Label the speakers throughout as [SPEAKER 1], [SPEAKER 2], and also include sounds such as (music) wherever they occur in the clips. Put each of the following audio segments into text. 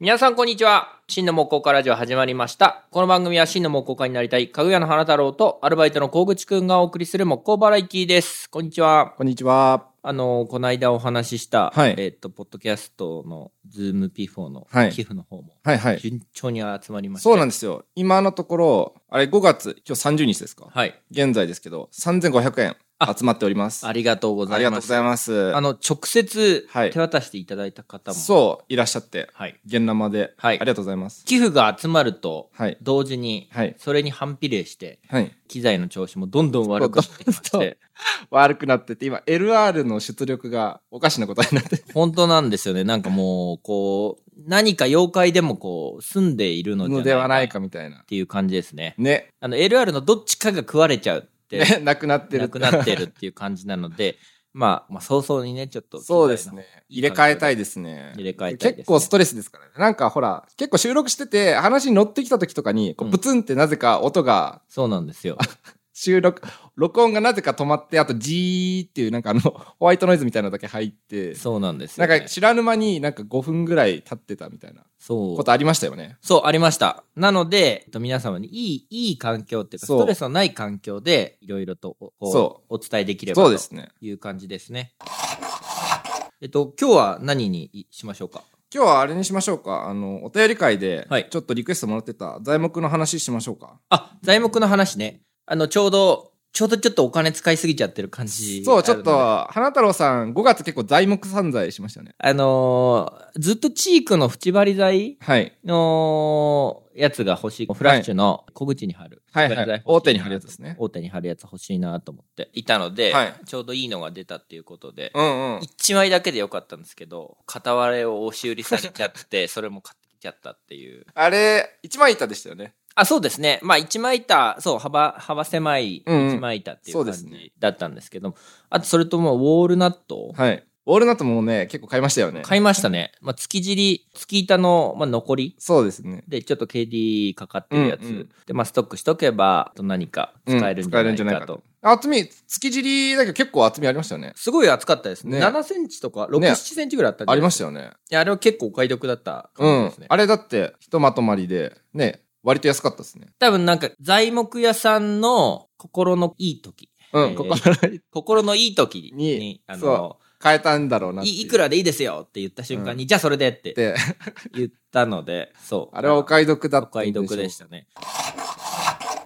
[SPEAKER 1] 皆さんこんにちは。真の木工家ラジオ始まりました。この番組は真の木工家になりたい、かぐやの花太郎とアルバイトの小口くんがお送りする木工バラエティです。こんにちは。
[SPEAKER 2] こんにちは。
[SPEAKER 1] あの、この間お話しした、
[SPEAKER 2] はい
[SPEAKER 1] えっ、と、ポッドキャストのズーム P4 の
[SPEAKER 2] はい
[SPEAKER 1] 寄付の方も、
[SPEAKER 2] はいはい。
[SPEAKER 1] 順調に集まりました。
[SPEAKER 2] そうなん
[SPEAKER 1] ん
[SPEAKER 2] ですよ。今のところ、あれ5月、今日30日ですか、
[SPEAKER 1] はい。
[SPEAKER 2] 現在ですけど、3500円
[SPEAKER 1] あ
[SPEAKER 2] 集まっております。
[SPEAKER 1] ありがとうござ
[SPEAKER 2] あり
[SPEAKER 1] い
[SPEAKER 2] がとう
[SPEAKER 1] ま
[SPEAKER 2] ご
[SPEAKER 1] す。
[SPEAKER 2] ざいます。
[SPEAKER 1] あの、直接
[SPEAKER 2] はい
[SPEAKER 1] 手渡していただいた方も、
[SPEAKER 2] そう、いらっしゃって、
[SPEAKER 1] はい。
[SPEAKER 2] 現生で、
[SPEAKER 1] はい
[SPEAKER 2] ありがとうございます。
[SPEAKER 1] 寄付が集まると、
[SPEAKER 2] はい。
[SPEAKER 1] 同時に、
[SPEAKER 2] はい。
[SPEAKER 1] それに反比例して、
[SPEAKER 2] はい。
[SPEAKER 1] 機材の調子もどんどん悪くなってきまし
[SPEAKER 2] そう
[SPEAKER 1] て、
[SPEAKER 2] 悪くなってて、今、LR の出力がおかしなことになって。
[SPEAKER 1] 本当なんですよね。なんかもう、こう、何か妖怪でもこう、住んでいるのじゃ
[SPEAKER 2] のではないかみたいな
[SPEAKER 1] っ。ていう感じですね。
[SPEAKER 2] ね。
[SPEAKER 1] あの、LR のどっちかが食われちゃう
[SPEAKER 2] (laughs)
[SPEAKER 1] って、
[SPEAKER 2] ね、なくなってる。
[SPEAKER 1] なくなってるっていう感じなので、まあ、まあ、早々にね、ちょっと。
[SPEAKER 2] そうです。ね。入れ替えたいですね。
[SPEAKER 1] 入れ替えたいですね
[SPEAKER 2] 結構ストレスですからね。なんかほら、結構収録してて、話に乗ってきた時とかに、こ
[SPEAKER 1] う
[SPEAKER 2] うんブツンってなぜか音が、
[SPEAKER 1] そうなんですよ。
[SPEAKER 2] 収録、録音がなぜか止まって、あとジーっていうなんかあの、 (laughs) ホワイトノイズみたいなのだけ入って、
[SPEAKER 1] そうなんです
[SPEAKER 2] な
[SPEAKER 1] よ、
[SPEAKER 2] ん
[SPEAKER 1] ね。
[SPEAKER 2] か知らぬ間になんか5分ぐらい経ってたみたいな
[SPEAKER 1] そ
[SPEAKER 2] こ
[SPEAKER 1] う。
[SPEAKER 2] とありましたよね。
[SPEAKER 1] そう、ありました。なので、えっと、皆様にいい、いい環境っていうか、
[SPEAKER 2] そう
[SPEAKER 1] ストレスのない環境で、いろいろとおこ
[SPEAKER 2] そう
[SPEAKER 1] お伝えできれば
[SPEAKER 2] そうで
[SPEAKER 1] と
[SPEAKER 2] すね。
[SPEAKER 1] いう感じですね。えっと、今日は何にしましょうか
[SPEAKER 2] 今日はあれにしましょうか。あの、お便り会で
[SPEAKER 1] はい、
[SPEAKER 2] ちょっとリクエストもらってた材木の話しましょうか。
[SPEAKER 1] あ、材木の話ね。あの、ちょうど、ちょうどちょっとお金使いすぎちゃってる感じ。
[SPEAKER 2] そう、ちょっ
[SPEAKER 1] あるので。
[SPEAKER 2] と、花太郎さん、5月結構材木散財しましたね。
[SPEAKER 1] あのーずっとチークの縁張り材
[SPEAKER 2] はい。
[SPEAKER 1] のやつが欲しい。フラッシュの小口に貼る。
[SPEAKER 2] はい
[SPEAKER 1] 縁張り
[SPEAKER 2] は
[SPEAKER 1] 材
[SPEAKER 2] い。
[SPEAKER 1] 欲しい
[SPEAKER 2] 大
[SPEAKER 1] な
[SPEAKER 2] 手に貼るやつですね。
[SPEAKER 1] 大手に貼るやつ欲しいなと思っていたので、
[SPEAKER 2] はい
[SPEAKER 1] ちょうどいいのが出たっていうことで、
[SPEAKER 2] うんうん。
[SPEAKER 1] 一枚だけでよかったんですけど、片割れを押し売りされちゃって、それも買ってきちゃったっていう。
[SPEAKER 2] あれ、一枚板でしたよね。
[SPEAKER 1] あ、そうですね。まあ、一枚板、そう、幅、幅狭い
[SPEAKER 2] うんうん
[SPEAKER 1] 一枚板っていう
[SPEAKER 2] そう
[SPEAKER 1] 感
[SPEAKER 2] ですね
[SPEAKER 1] じだったんですけども、あと、それともう、ウォールナット、
[SPEAKER 2] はい。オールナットもね、結構買いましたよね。
[SPEAKER 1] 買いましたね。まあ、月尻、月板の、まあ、残り
[SPEAKER 2] そうですね。
[SPEAKER 1] で、ちょっと KD かかってるやつ、
[SPEAKER 2] うんうん
[SPEAKER 1] で、まあ、ストックしとけば、あと何か使えるんじゃ
[SPEAKER 2] うん使えるんじゃ
[SPEAKER 1] な
[SPEAKER 2] ない
[SPEAKER 1] か
[SPEAKER 2] いか
[SPEAKER 1] と。
[SPEAKER 2] と厚み、月尻だけど結構厚みありましたよね。
[SPEAKER 1] すごい厚かったですね。
[SPEAKER 2] ね
[SPEAKER 1] 7センチとか、6、
[SPEAKER 2] ね
[SPEAKER 1] 7センチぐらいあったんじゃな
[SPEAKER 2] あり
[SPEAKER 1] い
[SPEAKER 2] ましたよね。
[SPEAKER 1] いや、あれは結構お買い得だった
[SPEAKER 2] う
[SPEAKER 1] 感じ
[SPEAKER 2] ん
[SPEAKER 1] ですね。。
[SPEAKER 2] あれだって、ひとまとまりで、ね、割と安かったですね。
[SPEAKER 1] 多分なんか、材木屋さんの心のいい時。
[SPEAKER 2] う
[SPEAKER 1] えー
[SPEAKER 2] ん、ここ
[SPEAKER 1] 心のいい時に、
[SPEAKER 2] に
[SPEAKER 1] あの
[SPEAKER 2] そ、変えたんだろうなって
[SPEAKER 1] い
[SPEAKER 2] い
[SPEAKER 1] いく
[SPEAKER 2] らっ
[SPEAKER 1] らでいいですよって言った瞬間に、じゃあそれでって
[SPEAKER 2] て、
[SPEAKER 1] 言ったので、そう。
[SPEAKER 2] (laughs) あれはお買い得だ
[SPEAKER 1] お
[SPEAKER 2] ったん
[SPEAKER 1] 買い
[SPEAKER 2] ょう
[SPEAKER 1] 得でしたね。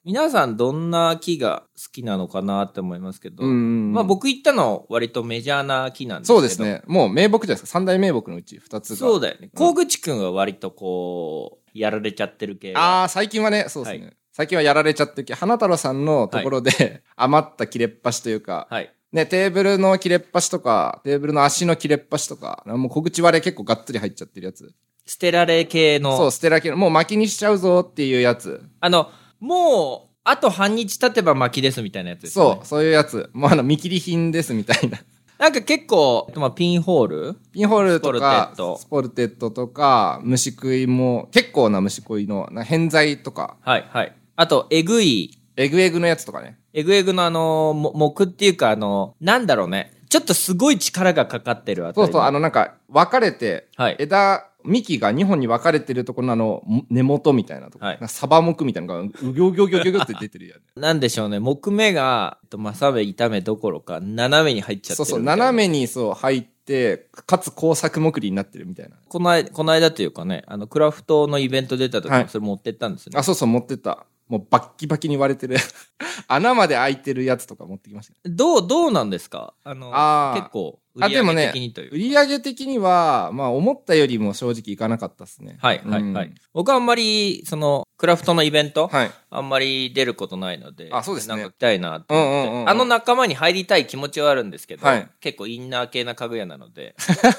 [SPEAKER 1] 皆さんどんな木が好きなのかなって思いますけど、
[SPEAKER 2] うんうんうん。
[SPEAKER 1] まあ僕行ったの割とメジャーな木なんですけど。
[SPEAKER 2] そうです。ね。もう名木じゃないですか。三大名木のうち二つが。
[SPEAKER 1] そうだよね。小
[SPEAKER 2] うん
[SPEAKER 1] 口くんは割とこう、やられちゃってる系。
[SPEAKER 2] ああ、最近はね、そうですね。最近はやられちゃってるけど花太郎さんのところで、 (laughs) 余った切れっ端というか、
[SPEAKER 1] はい。
[SPEAKER 2] ね、テーブルの切れっ端とか、テーブルの足の切れっ端とか、もう小口割れ結構がっつり入っちゃってるやつ。
[SPEAKER 1] 捨てられ系の。
[SPEAKER 2] そう、捨てらける。もう巻きにしちゃうぞっていうやつ。
[SPEAKER 1] あの、もう、あと半日経てば薪ですみたいなやつです、ね。
[SPEAKER 2] そう、そういうやつ。もうあの、見切り品ですみた
[SPEAKER 1] (laughs)
[SPEAKER 2] いな。
[SPEAKER 1] なんか結構、まあ、ピンホール
[SPEAKER 2] ピンホールとか
[SPEAKER 1] スポルテッド、
[SPEAKER 2] スポルテッドとか、虫食いも、結構な虫食いの、な偏在とか、
[SPEAKER 1] はい、はい。あと、えぐい、
[SPEAKER 2] えぐえぐのやつとかね。
[SPEAKER 1] えぐえぐのあの、も木っていうか、あの、なんだろうね。ちょっとすごい力がかかってるあた
[SPEAKER 2] そ
[SPEAKER 1] り。
[SPEAKER 2] うそう、あ
[SPEAKER 1] の、
[SPEAKER 2] のなんか、分かれて、
[SPEAKER 1] はい
[SPEAKER 2] 枝、幹が2本に分かれてるところのあの、も根元みたいなとこ、
[SPEAKER 1] はい
[SPEAKER 2] なんかサバ木みたいなのが、うぎょうぎょうぎょうぎょうぎょって出て
[SPEAKER 1] (laughs)
[SPEAKER 2] るやつ。
[SPEAKER 1] なんでしょうね。木目が、えっと、まさべ痛めどころか、斜めに入っちゃってる
[SPEAKER 2] そうそう、
[SPEAKER 1] みたいな
[SPEAKER 2] 斜めにそう入って、かつ工作目りになってるみたいな。
[SPEAKER 1] この間、この間というかね、あの、クラフトのイベント出た時
[SPEAKER 2] は
[SPEAKER 1] も
[SPEAKER 2] い
[SPEAKER 1] それ持ってったんですよね。
[SPEAKER 2] あ、そうそう、持ってった。もうバッキバキに割れてる。 (laughs) 穴まで開いてるやつとか持ってきましたね。
[SPEAKER 1] どう、どうなんですかあの、
[SPEAKER 2] あー
[SPEAKER 1] 結構、売
[SPEAKER 2] あ
[SPEAKER 1] り
[SPEAKER 2] でも
[SPEAKER 1] 上
[SPEAKER 2] ね
[SPEAKER 1] げ的にというか
[SPEAKER 2] 売り上げ的には、まあ思ったよりも正直いかなかったですね。
[SPEAKER 1] はい、はい、
[SPEAKER 2] うん
[SPEAKER 1] はい。僕はあんまり、その、クラフトのイベント、
[SPEAKER 2] はい。
[SPEAKER 1] あんまり出ることないので、
[SPEAKER 2] あそうですね
[SPEAKER 1] なんか来たいなと
[SPEAKER 2] う
[SPEAKER 1] 思っ
[SPEAKER 2] ん
[SPEAKER 1] て、
[SPEAKER 2] うんうんうん。
[SPEAKER 1] あの仲間に入りたい気持ちはあるんですけど、
[SPEAKER 2] はい
[SPEAKER 1] 結構インナー系な家具屋なの
[SPEAKER 2] (laughs)
[SPEAKER 1] で、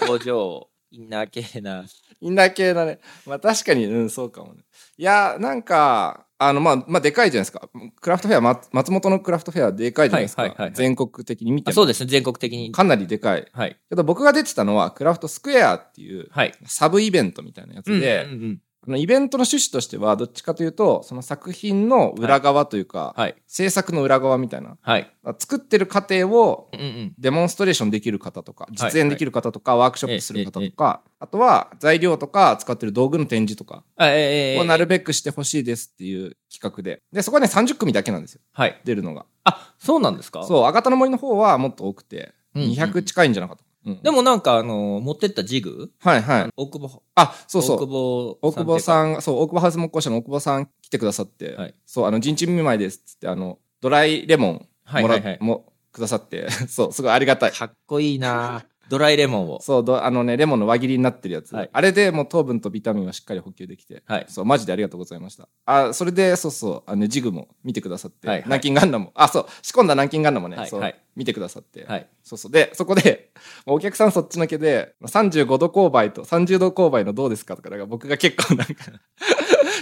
[SPEAKER 1] 工場、インナー系な。
[SPEAKER 2] インナー系だね。まあ確かに、うん、そうかもね。いや、なんか、あの、まあ、まあ、でかいじゃないですか。クラフトフェア、ま松本のクラフトフェアでかいじゃないですか。
[SPEAKER 1] はいはいはいはい
[SPEAKER 2] 全国的に見て
[SPEAKER 1] あ
[SPEAKER 2] も。
[SPEAKER 1] そうですね、全国的に。
[SPEAKER 2] かなりでかい。
[SPEAKER 1] はい。
[SPEAKER 2] けど僕が出てたのは、クラフトスクエアっていう、
[SPEAKER 1] はい。
[SPEAKER 2] サブイベントみたいなやつで、
[SPEAKER 1] うんうんうん
[SPEAKER 2] あのイベントの趣旨としてはどっちかというとその作品の裏側というか、
[SPEAKER 1] はい。
[SPEAKER 2] 制作の裏側みたいな
[SPEAKER 1] はい。
[SPEAKER 2] 作ってる過程を
[SPEAKER 1] うんうん。
[SPEAKER 2] デモンストレーションできる方とか
[SPEAKER 1] い
[SPEAKER 2] 実演できる方とか、ワークショップする方
[SPEAKER 1] ええ
[SPEAKER 2] とか、あとは材料とか使ってる道具の展示とか
[SPEAKER 1] あええ
[SPEAKER 2] をなるべくしてほしいですっていう企画ででそこはね30組だけなんですよ
[SPEAKER 1] はい。
[SPEAKER 2] 出るのが
[SPEAKER 1] あ、そうなんですかう。
[SPEAKER 2] そう「あがたの森」の方はもっと多くて
[SPEAKER 1] うんうん
[SPEAKER 2] 200近いんじゃなかった、うん
[SPEAKER 1] でもなんか、あの、持ってったジグ
[SPEAKER 2] はいはい
[SPEAKER 1] 大久保、
[SPEAKER 2] あそうそ
[SPEAKER 1] 大
[SPEAKER 2] う
[SPEAKER 1] 久保
[SPEAKER 2] 大久保
[SPEAKER 1] んっ
[SPEAKER 2] さんそう大久保ハウス木工社の大久保さん来てくださって「
[SPEAKER 1] はい
[SPEAKER 2] そうあの陣地見舞いです」っつってあのドライレモンもら、
[SPEAKER 1] はいはいはい
[SPEAKER 2] もくださって (laughs) そうすごいありが
[SPEAKER 1] て
[SPEAKER 2] た
[SPEAKER 1] い
[SPEAKER 2] いう
[SPEAKER 1] か。かっこいいなドライレモンを。
[SPEAKER 2] そうどあのねレモンの輪切りになってるやつ、
[SPEAKER 1] はい
[SPEAKER 2] あれでもう糖分とビタミンはしっかり補給できて、
[SPEAKER 1] はい
[SPEAKER 2] そうマジでありがとうございましたあそれでそうそうあのジグも見てくださって、
[SPEAKER 1] はいはい
[SPEAKER 2] 南京ガンダムもあそう仕込んだ南京ガンダムもね、
[SPEAKER 1] はい
[SPEAKER 2] そう
[SPEAKER 1] はい
[SPEAKER 2] 見てくださって、
[SPEAKER 1] はい。
[SPEAKER 2] そうそうでそこで (laughs) もうお客さんそっちのけで35度勾配と30度勾配のどうですかとかなんか僕が結構なんか (laughs)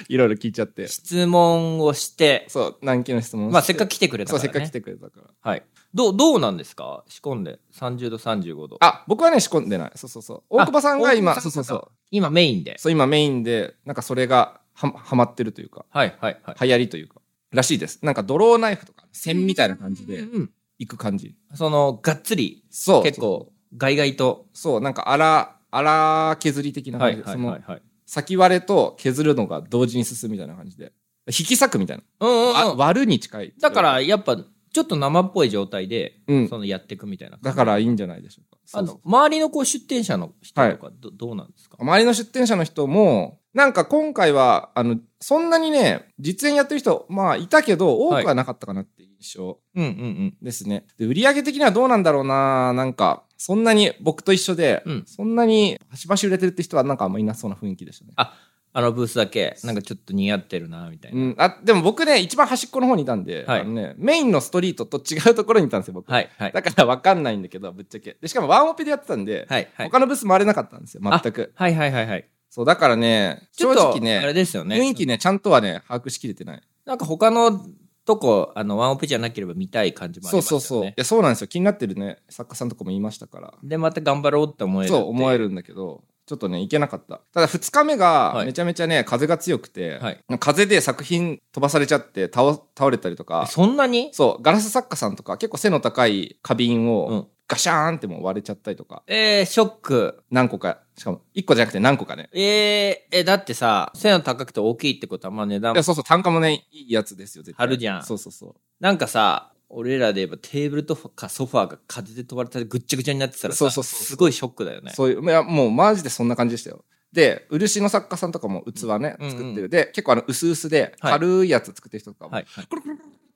[SPEAKER 2] いろいろ聞いちゃって
[SPEAKER 1] 質問をして、
[SPEAKER 2] そう南京の質問をして
[SPEAKER 1] まあ、せっかく来てくれた
[SPEAKER 2] そ
[SPEAKER 1] か
[SPEAKER 2] う
[SPEAKER 1] ら、
[SPEAKER 2] せ
[SPEAKER 1] ね。
[SPEAKER 2] っかく来てくれたから
[SPEAKER 1] はい。どう、どうなんですか仕込んで。30度、35度。
[SPEAKER 2] あ僕はね仕込んでないそうそうそう大久保さんが今
[SPEAKER 1] 大久
[SPEAKER 2] そ
[SPEAKER 1] 保
[SPEAKER 2] うそ
[SPEAKER 1] さん
[SPEAKER 2] うそう
[SPEAKER 1] 今メインで。
[SPEAKER 2] そう今メインでなんかそれがははまってるというか
[SPEAKER 1] はい、はい、はい。
[SPEAKER 2] 流行りというからしいですなんかドローナイフとか線みたいな感じで
[SPEAKER 1] うんうん。
[SPEAKER 2] いく感じ
[SPEAKER 1] その、がっつり、
[SPEAKER 2] そう
[SPEAKER 1] 結構、ガイガイと。
[SPEAKER 2] そうそうなんか荒荒削り的な感じで、その
[SPEAKER 1] はい。
[SPEAKER 2] 先割れと削るのが同時に進むみたいな感じで引き裂くみたいな、
[SPEAKER 1] うんうん
[SPEAKER 2] あ
[SPEAKER 1] うん。
[SPEAKER 2] 割るに近い
[SPEAKER 1] だから、やっぱ、ちょっと生っぽい状態で、
[SPEAKER 2] うん
[SPEAKER 1] その、やっていくみたいな。
[SPEAKER 2] だからいいんじゃないでしょうかそ
[SPEAKER 1] あ
[SPEAKER 2] うそう
[SPEAKER 1] の、周りのこう、出店者の人とか、どどうなんですか
[SPEAKER 2] 周りの出店者の人もなんか今回はあのそんなにね実演やってる人まあいたけど多くはなかったかなっていう印象、
[SPEAKER 1] うんうんうん。
[SPEAKER 2] ですね。で、売上的にはどうなんだろうななんか、そんなに僕と一緒で、
[SPEAKER 1] うん
[SPEAKER 2] そんなにバシバシ売れてるって人はなんかあんまいなそうな雰囲気でしたね。
[SPEAKER 1] あのブースだけ、なんかちょっと似合ってるな、みたいうな。
[SPEAKER 2] ん、あでも僕ね、一番端っこの方にいたんで、
[SPEAKER 1] はい
[SPEAKER 2] あのね、メインのストリートと違うところにいたんですよ、僕。
[SPEAKER 1] はい、はい。
[SPEAKER 2] だから分かんないんだけど、ぶっちゃけ。でしかもワンオペでやってたんで、
[SPEAKER 1] はい、はい。
[SPEAKER 2] 他のブース回れなかったんですよ、全く。
[SPEAKER 1] はい、はい、はい、はい。
[SPEAKER 2] そう、だからね、
[SPEAKER 1] ちょ
[SPEAKER 2] 正
[SPEAKER 1] っと
[SPEAKER 2] 直
[SPEAKER 1] あれ
[SPEAKER 2] ね、
[SPEAKER 1] ですよね。
[SPEAKER 2] 雰囲気ね、ちゃんとはね、把握しきれてない。
[SPEAKER 1] なんか他のとこ、あの、ワンオペじゃなければ見たい感じもあり
[SPEAKER 2] そ
[SPEAKER 1] ま
[SPEAKER 2] う
[SPEAKER 1] すよ
[SPEAKER 2] そう
[SPEAKER 1] ね。
[SPEAKER 2] そう。いや、そうなんですよ。気になってるね、作家さんとかも言いましたから。
[SPEAKER 1] で、また頑張ろうって思える。
[SPEAKER 2] そう思え。るんだけどちょっとね行けなかったただ2日目が
[SPEAKER 1] はい
[SPEAKER 2] めちゃめちゃね、風が強くて、
[SPEAKER 1] はい
[SPEAKER 2] 風で作品飛ばされちゃって倒倒れたりとか
[SPEAKER 1] そんなに
[SPEAKER 2] そうガラス作家さんとか結構背の高い花瓶
[SPEAKER 1] う
[SPEAKER 2] を
[SPEAKER 1] ん
[SPEAKER 2] ガシャーンってもう割れちゃったりとか
[SPEAKER 1] えー、ショック。
[SPEAKER 2] 何個かしかも1個じゃなくて何個かね
[SPEAKER 1] えー、え、だってさ、背の高くて大きいってことは、まあ値段
[SPEAKER 2] いや、そうそう単価もねいいやつですよ絶対
[SPEAKER 1] 張るじゃん
[SPEAKER 2] そうそうそう
[SPEAKER 1] なんかさ、俺らで言えばテーブルとかソファーが風で飛ばれてぐっちゃぐちゃになってたらさ、
[SPEAKER 2] そうそうそうそう
[SPEAKER 1] すごいショックだよね。
[SPEAKER 2] そういういやもうマジでそんな感じでしたよで漆の作家さんとかも器ね、
[SPEAKER 1] うんうん
[SPEAKER 2] 作ってるで結構あの薄々で
[SPEAKER 1] はい
[SPEAKER 2] 軽いやつ作ってる人とかも、
[SPEAKER 1] はい。はい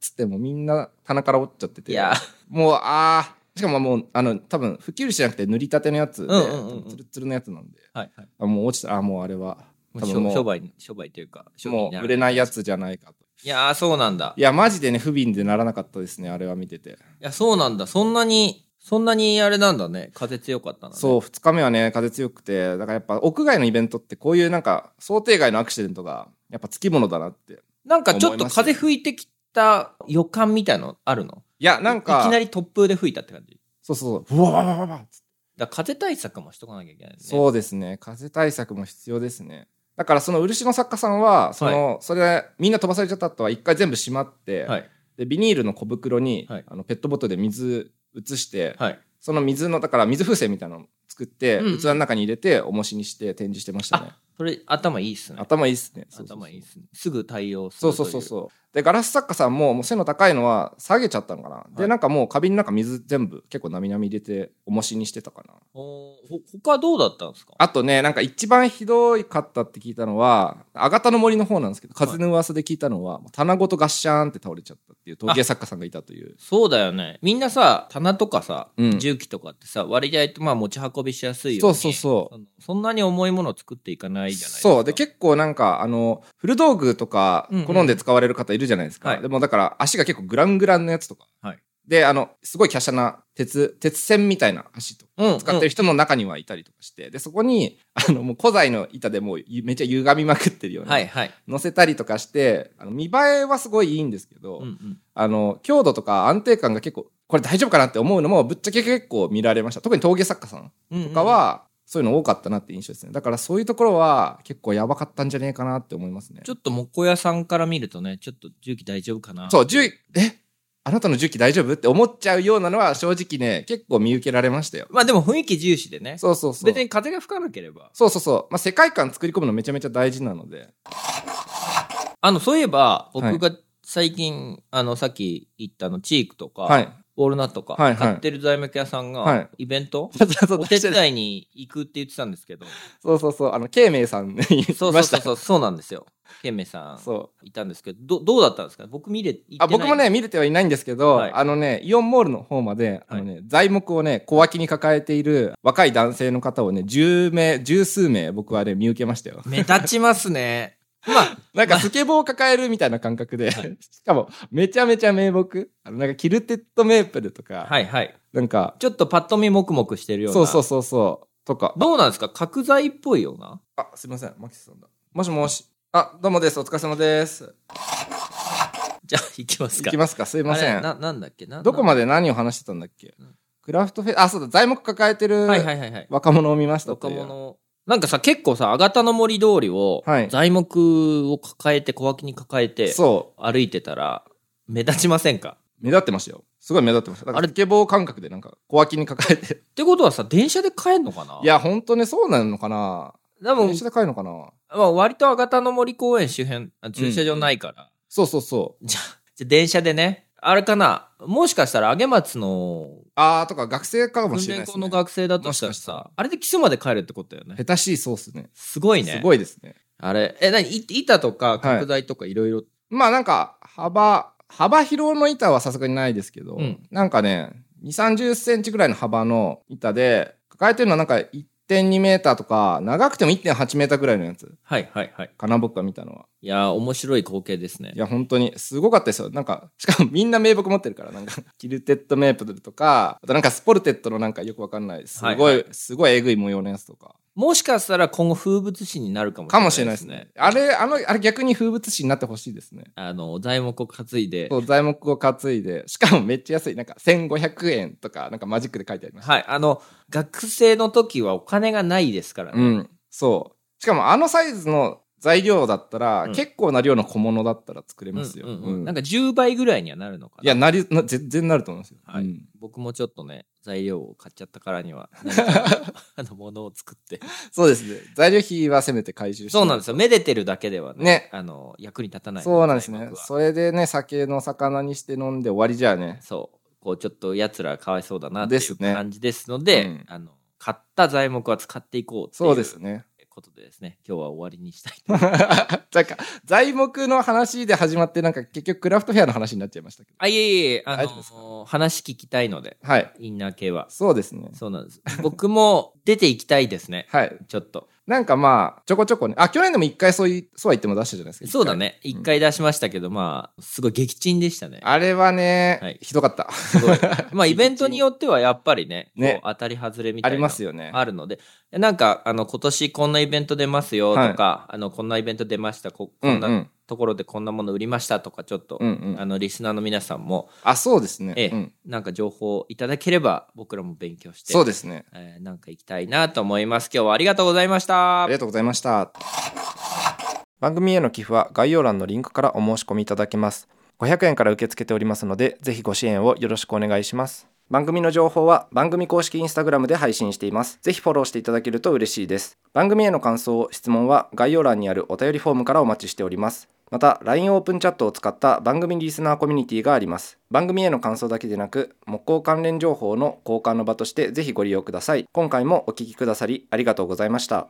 [SPEAKER 2] つってもうみんな棚から折っちゃってて
[SPEAKER 1] いや、
[SPEAKER 2] もうあーしかももうあの多分吹き漆じゃなくて塗りたてのやつで、
[SPEAKER 1] うんうんうんうん
[SPEAKER 2] つるつるのやつなんで
[SPEAKER 1] はい。はい
[SPEAKER 2] あもう落ちたらあもうあれは
[SPEAKER 1] も
[SPEAKER 2] 多
[SPEAKER 1] う
[SPEAKER 2] 分も
[SPEAKER 1] 商
[SPEAKER 2] う
[SPEAKER 1] 商売に、商売というか、商品
[SPEAKER 2] も
[SPEAKER 1] に
[SPEAKER 2] う
[SPEAKER 1] な
[SPEAKER 2] 売
[SPEAKER 1] る
[SPEAKER 2] れないやつじゃないかと
[SPEAKER 1] いやー、そうなんだ。い
[SPEAKER 2] いやマジでね不憫でならなかったですねあれは見てて、
[SPEAKER 1] や、そうなんだ。そんなに、そんなにあれなんだね。風強かったんだね。
[SPEAKER 2] そう2日目はね風強くてだからやっぱ屋外のイベントってこういうなんか想定外のアクシデントがやっぱつきものだなって
[SPEAKER 1] なんかちょっと風吹いてきた予感みたいのあるの
[SPEAKER 2] いやなんか
[SPEAKER 1] いきなり突風で吹いたって感じ。
[SPEAKER 2] そうそうそううわわわわわ
[SPEAKER 1] だから風対策もしとかなきゃいけないね。う。
[SPEAKER 2] そうですね風対策も必要ですねだからその漆の作家さんはその、それみんな飛ばされちゃった後は一回全部しまって、
[SPEAKER 1] はい。
[SPEAKER 2] でビニールの小袋に、
[SPEAKER 1] はい
[SPEAKER 2] あのペットボトルで水移して、
[SPEAKER 1] はい。
[SPEAKER 2] その水のだから水風船みたいなの作って、
[SPEAKER 1] うんうん
[SPEAKER 2] 器の中に入れて重しにして展示してましたね
[SPEAKER 1] あ、それ頭いいっすね。
[SPEAKER 2] 頭いいっすねそうそうそう
[SPEAKER 1] 頭いいっすね。すぐ対応す
[SPEAKER 2] そ
[SPEAKER 1] る
[SPEAKER 2] うそうそう
[SPEAKER 1] う。
[SPEAKER 2] そうでガラス作家さんももう背の高いのは下げちゃったのかな、
[SPEAKER 1] は
[SPEAKER 2] で
[SPEAKER 1] い
[SPEAKER 2] なんかもう花瓶の中水全部結構なみなみ入れて重しにしてたかな
[SPEAKER 1] おーほ他どうだったんですか
[SPEAKER 2] あとね、なんか一番ひどかったって聞いたのは、あがたの森の方なんですけど、
[SPEAKER 1] はい
[SPEAKER 2] 風の噂で聞いたのは、棚ごとガッシャーンって倒れちゃったっていう陶芸作家さんがいたという。
[SPEAKER 1] そうだよね。みんなさ、棚とかさ、
[SPEAKER 2] うん
[SPEAKER 1] 重機とかってさ、割合とまあ持ち運びしやすいよう
[SPEAKER 2] そう
[SPEAKER 1] に。。
[SPEAKER 2] そうそう
[SPEAKER 1] そんなに重いものを作っていかないじゃないですか。
[SPEAKER 2] そう。で、結構なんか、あの、古道具とか
[SPEAKER 1] うんうん
[SPEAKER 2] 好んで使われる方いるじゃないですか。
[SPEAKER 1] はい
[SPEAKER 2] でもだから足が結構グラングランのやつとか。
[SPEAKER 1] はい
[SPEAKER 2] で、あの、すごい華奢な鉄、鉄線みたいな足とか。
[SPEAKER 1] 構
[SPEAKER 2] 使ってる人の中にはいたりとかして、で、そこに、あの、もう古材の板でもうゆめっちゃ歪みまくってるような、
[SPEAKER 1] はいはい。
[SPEAKER 2] 乗せたりとかして、あの見栄えはすごいいいんですけど、
[SPEAKER 1] うんうん。
[SPEAKER 2] あの、強度とか安定感が結構、これ大丈夫かなって思うのも、ぶっちゃけ結構見られました。特に陶芸作家さん
[SPEAKER 1] うんうん
[SPEAKER 2] とかは、そういうの多かったなって印象ですね。だからそういうところは結構やばかったんじゃねえかなって思いますね。
[SPEAKER 1] ちょっと木工屋さんから見るとね、ちょっと重機大丈夫かな。
[SPEAKER 2] そう、重えあなたの重機大丈夫って思っちゃうようなのは正直ね、結構見受けられましたよ。
[SPEAKER 1] まあでも雰囲気重視でね。
[SPEAKER 2] そうそうそう。
[SPEAKER 1] 別に風が吹かなければ。
[SPEAKER 2] そうそうそう。まあ、世界観作り込むのめちゃめちゃ大事なので。
[SPEAKER 1] あの、そういえば、
[SPEAKER 2] はい
[SPEAKER 1] 僕が最近、あの、さっき言ったあの、チークとか、
[SPEAKER 2] はい。
[SPEAKER 1] ウォールナットとか、
[SPEAKER 2] はいはい
[SPEAKER 1] 買ってる材木屋さんが、
[SPEAKER 2] はい
[SPEAKER 1] イベント (laughs) お
[SPEAKER 2] お
[SPEAKER 1] 手
[SPEAKER 2] 手伝い
[SPEAKER 1] 伝いに行くって言ってたんです
[SPEAKER 2] (laughs)
[SPEAKER 1] けど、
[SPEAKER 2] そうそうそう。あの、ケイメイさ (laughs) んね、いました。
[SPEAKER 1] そうそうそうそう、そうなんですよ。ケンメイさん、
[SPEAKER 2] そう
[SPEAKER 1] いたんですけど、どどうだったんですか僕見れ、行ってない
[SPEAKER 2] あ僕もね、見れてはいないんですけど、
[SPEAKER 1] はい
[SPEAKER 2] あのね、イオンモールの方まで、あのね、材木をね、小脇に抱えている若い男性の方をね、10名、十数名僕はね、見受けましたよ。
[SPEAKER 1] 目立ちます
[SPEAKER 2] (laughs)
[SPEAKER 1] ね。まあ、
[SPEAKER 2] なんかスケボーを抱えるみたいな感覚で、しかも、めちゃめちゃ名木。あの、なんかキルテッドメープルとか、
[SPEAKER 1] はいはい。
[SPEAKER 2] なんか、
[SPEAKER 1] ちょっとパッと見もくもくしてるような。
[SPEAKER 2] そうそうそうそう、とか。
[SPEAKER 1] どうなんですか角材っぽいような。
[SPEAKER 2] あ、すいません、マキシさんだ。もしもし。あ、どうもです。お疲れ様です。
[SPEAKER 1] (laughs) じゃあ、行きます
[SPEAKER 2] 行
[SPEAKER 1] か。
[SPEAKER 2] きますか。すいませ
[SPEAKER 1] あれ
[SPEAKER 2] ん。
[SPEAKER 1] な、なんだっけな
[SPEAKER 2] どこ
[SPEAKER 1] で
[SPEAKER 2] まで何を話してたんだっけクラフトフェ、あ、そうだ、材木抱えてる
[SPEAKER 1] はいはいはいはい。
[SPEAKER 2] 若者を見ましたと
[SPEAKER 1] 若
[SPEAKER 2] いう。
[SPEAKER 1] 者。なんかさ、結構さ、あがたの森通りを、
[SPEAKER 2] はい
[SPEAKER 1] 材木を抱えて、小脇に抱えて、
[SPEAKER 2] そ
[SPEAKER 1] 歩いてたら、目立ちませんか
[SPEAKER 2] う。目立ってましたよ。すごい目立ってました。だか
[SPEAKER 1] あ
[SPEAKER 2] ら
[SPEAKER 1] れ
[SPEAKER 2] スケボー感覚でなんか小脇に抱えて。、
[SPEAKER 1] ってことはさ、電車で帰んのかない
[SPEAKER 2] や、本当にそうなのかな
[SPEAKER 1] でも
[SPEAKER 2] 電、車で帰るのかな
[SPEAKER 1] まあ、割とあがたの森公園周辺、あ駐車場ないから。
[SPEAKER 2] そうそうそう。
[SPEAKER 1] じゃあ、じゃあ電車でね、あれかな、もしかしたら、上松の、
[SPEAKER 2] あーとか学生かもし
[SPEAKER 1] 訓
[SPEAKER 2] れな
[SPEAKER 1] 練
[SPEAKER 2] いで
[SPEAKER 1] 校
[SPEAKER 2] す、
[SPEAKER 1] の
[SPEAKER 2] ね。
[SPEAKER 1] 学生だとしたら
[SPEAKER 2] もしかした
[SPEAKER 1] さ、あれで基礎まで帰るってことだよね。
[SPEAKER 2] 下手しいそうっすね。
[SPEAKER 1] すごいね。
[SPEAKER 2] すごいですね。
[SPEAKER 1] あれ、え、なに、い板とか角材とかいろいろ。
[SPEAKER 2] まあなんか、幅、幅広の板はさすがにないですけど、
[SPEAKER 1] うん
[SPEAKER 2] なんかね、2、30センチぐらいの幅の板で、抱えてるのはなんか1.2メーターとか、長くても1.8メーターぐらいのやつ
[SPEAKER 1] はいはいはい。
[SPEAKER 2] かな、僕が見たのは。
[SPEAKER 1] いやー、面白い光景ですね
[SPEAKER 2] い。や、本当に、すごかったですよ。なんか、しかもみ (laughs) んな名木持ってるから、なんか、キルテッドメープルとか、あとなんかスポルテッドのなんかよくわかんない、すごい、
[SPEAKER 1] はい
[SPEAKER 2] すごいえぐい模様のやつとか。
[SPEAKER 1] もしかしたら今後風物詩になるかも
[SPEAKER 2] かもしれない
[SPEAKER 1] で
[SPEAKER 2] ですす
[SPEAKER 1] ね
[SPEAKER 2] ね。。あれ、あの、あれ逆に風物詩になってほしいですね。
[SPEAKER 1] あの、材木を担いで
[SPEAKER 2] そ。う材木を担いで、しかもめっちゃ安い、なんか1500円とか、なんかマジックで書いてありました。
[SPEAKER 1] はい。あの、学生の時はお金がないですから
[SPEAKER 2] う
[SPEAKER 1] ね。
[SPEAKER 2] ん。そう。しかもあのサイズの材料だったら、
[SPEAKER 1] うん
[SPEAKER 2] 結構な量の小物だったら作れますよ。
[SPEAKER 1] うんうんうん
[SPEAKER 2] うん
[SPEAKER 1] なんか10倍ぐらいにはなるのかな。
[SPEAKER 2] いや、なり、な全然なると思いますよ。
[SPEAKER 1] はい
[SPEAKER 2] うん
[SPEAKER 1] 僕もちょっとね、材料を買っちゃったからに
[SPEAKER 2] (laughs)
[SPEAKER 1] は、何かあの、ものを作って。
[SPEAKER 2] そうですね。材料費はせめて回収して。
[SPEAKER 1] そうなんですよ。めでてるだけではね、
[SPEAKER 2] ね
[SPEAKER 1] あの、役に立たない。
[SPEAKER 2] そうなんですね
[SPEAKER 1] 材。木は
[SPEAKER 2] それでね、酒の魚にして飲んで終わりじゃあね。
[SPEAKER 1] そう。こう、ちょっと奴らかわいそうだなってい
[SPEAKER 2] です
[SPEAKER 1] う
[SPEAKER 2] ね
[SPEAKER 1] 感じですので、
[SPEAKER 2] うん
[SPEAKER 1] あの、買った材木は使っていこうってい
[SPEAKER 2] そうです
[SPEAKER 1] う
[SPEAKER 2] ね。
[SPEAKER 1] ことでですね、今日は終わりにしたいと
[SPEAKER 2] (laughs)
[SPEAKER 1] 思います。
[SPEAKER 2] なんか、材木の話で始まって、なんか結局クラフトフェアの話になっちゃいましたけど。
[SPEAKER 1] あ、いえいえ、あ
[SPEAKER 2] 大丈夫です
[SPEAKER 1] の、話聞きたいので、
[SPEAKER 2] はい。
[SPEAKER 1] インナー系は。
[SPEAKER 2] そうですね。
[SPEAKER 1] そうなんです。僕も出ていきたいですね。
[SPEAKER 2] はい。
[SPEAKER 1] ちょっと。
[SPEAKER 2] なんかまあ、ちょこちょこね。あ、去年でも一回そうい、そうは言っても出したじゃないですか。一回
[SPEAKER 1] そうだ。ね。一回出しましたけど、まあ、すごい撃沈で
[SPEAKER 2] (laughs)
[SPEAKER 1] したね。
[SPEAKER 2] あれはね、
[SPEAKER 1] はい
[SPEAKER 2] ひどかった。
[SPEAKER 1] すごい。まあ、イベントによってはやっぱりね、
[SPEAKER 2] ね
[SPEAKER 1] こう当たり外れみた
[SPEAKER 2] あ
[SPEAKER 1] いな。
[SPEAKER 2] りますよね。
[SPEAKER 1] あるので、なんか、あの、今年こんなイベント出ますよとか、あの、こんなイベント出ました、ここん
[SPEAKER 2] うんう
[SPEAKER 1] なんところでこんなもの売りましたとか、ちょっと、
[SPEAKER 2] うんうん
[SPEAKER 1] あの、リスナーの皆さんも、
[SPEAKER 2] あ、そうですね。
[SPEAKER 1] ええ
[SPEAKER 2] うん、
[SPEAKER 1] なんか情報いただければ、僕らも勉強して、
[SPEAKER 2] そうですね。
[SPEAKER 1] えーなんか行きたいなと思います。今日はありがとうございまし
[SPEAKER 2] あ
[SPEAKER 1] た
[SPEAKER 2] り。がとうございました。
[SPEAKER 3] 番組への寄付は概要欄のリンクからお申し込みいただけます500円から受け付けておりますのでぜひご支援をよろしくお願いします番組の情報は番組公式インスタグラムで配信していますぜひフォローしていただけると嬉しいです番組への感想質問は概要欄にあるお便りフォームからお待ちしておりますまた LINE オープンチャットを使った番組リスナーコミュニティがあります番組への感想だけでなく木工関連情報の交換の場としてぜひご利用ください今回もお聞きくださりありがとうございました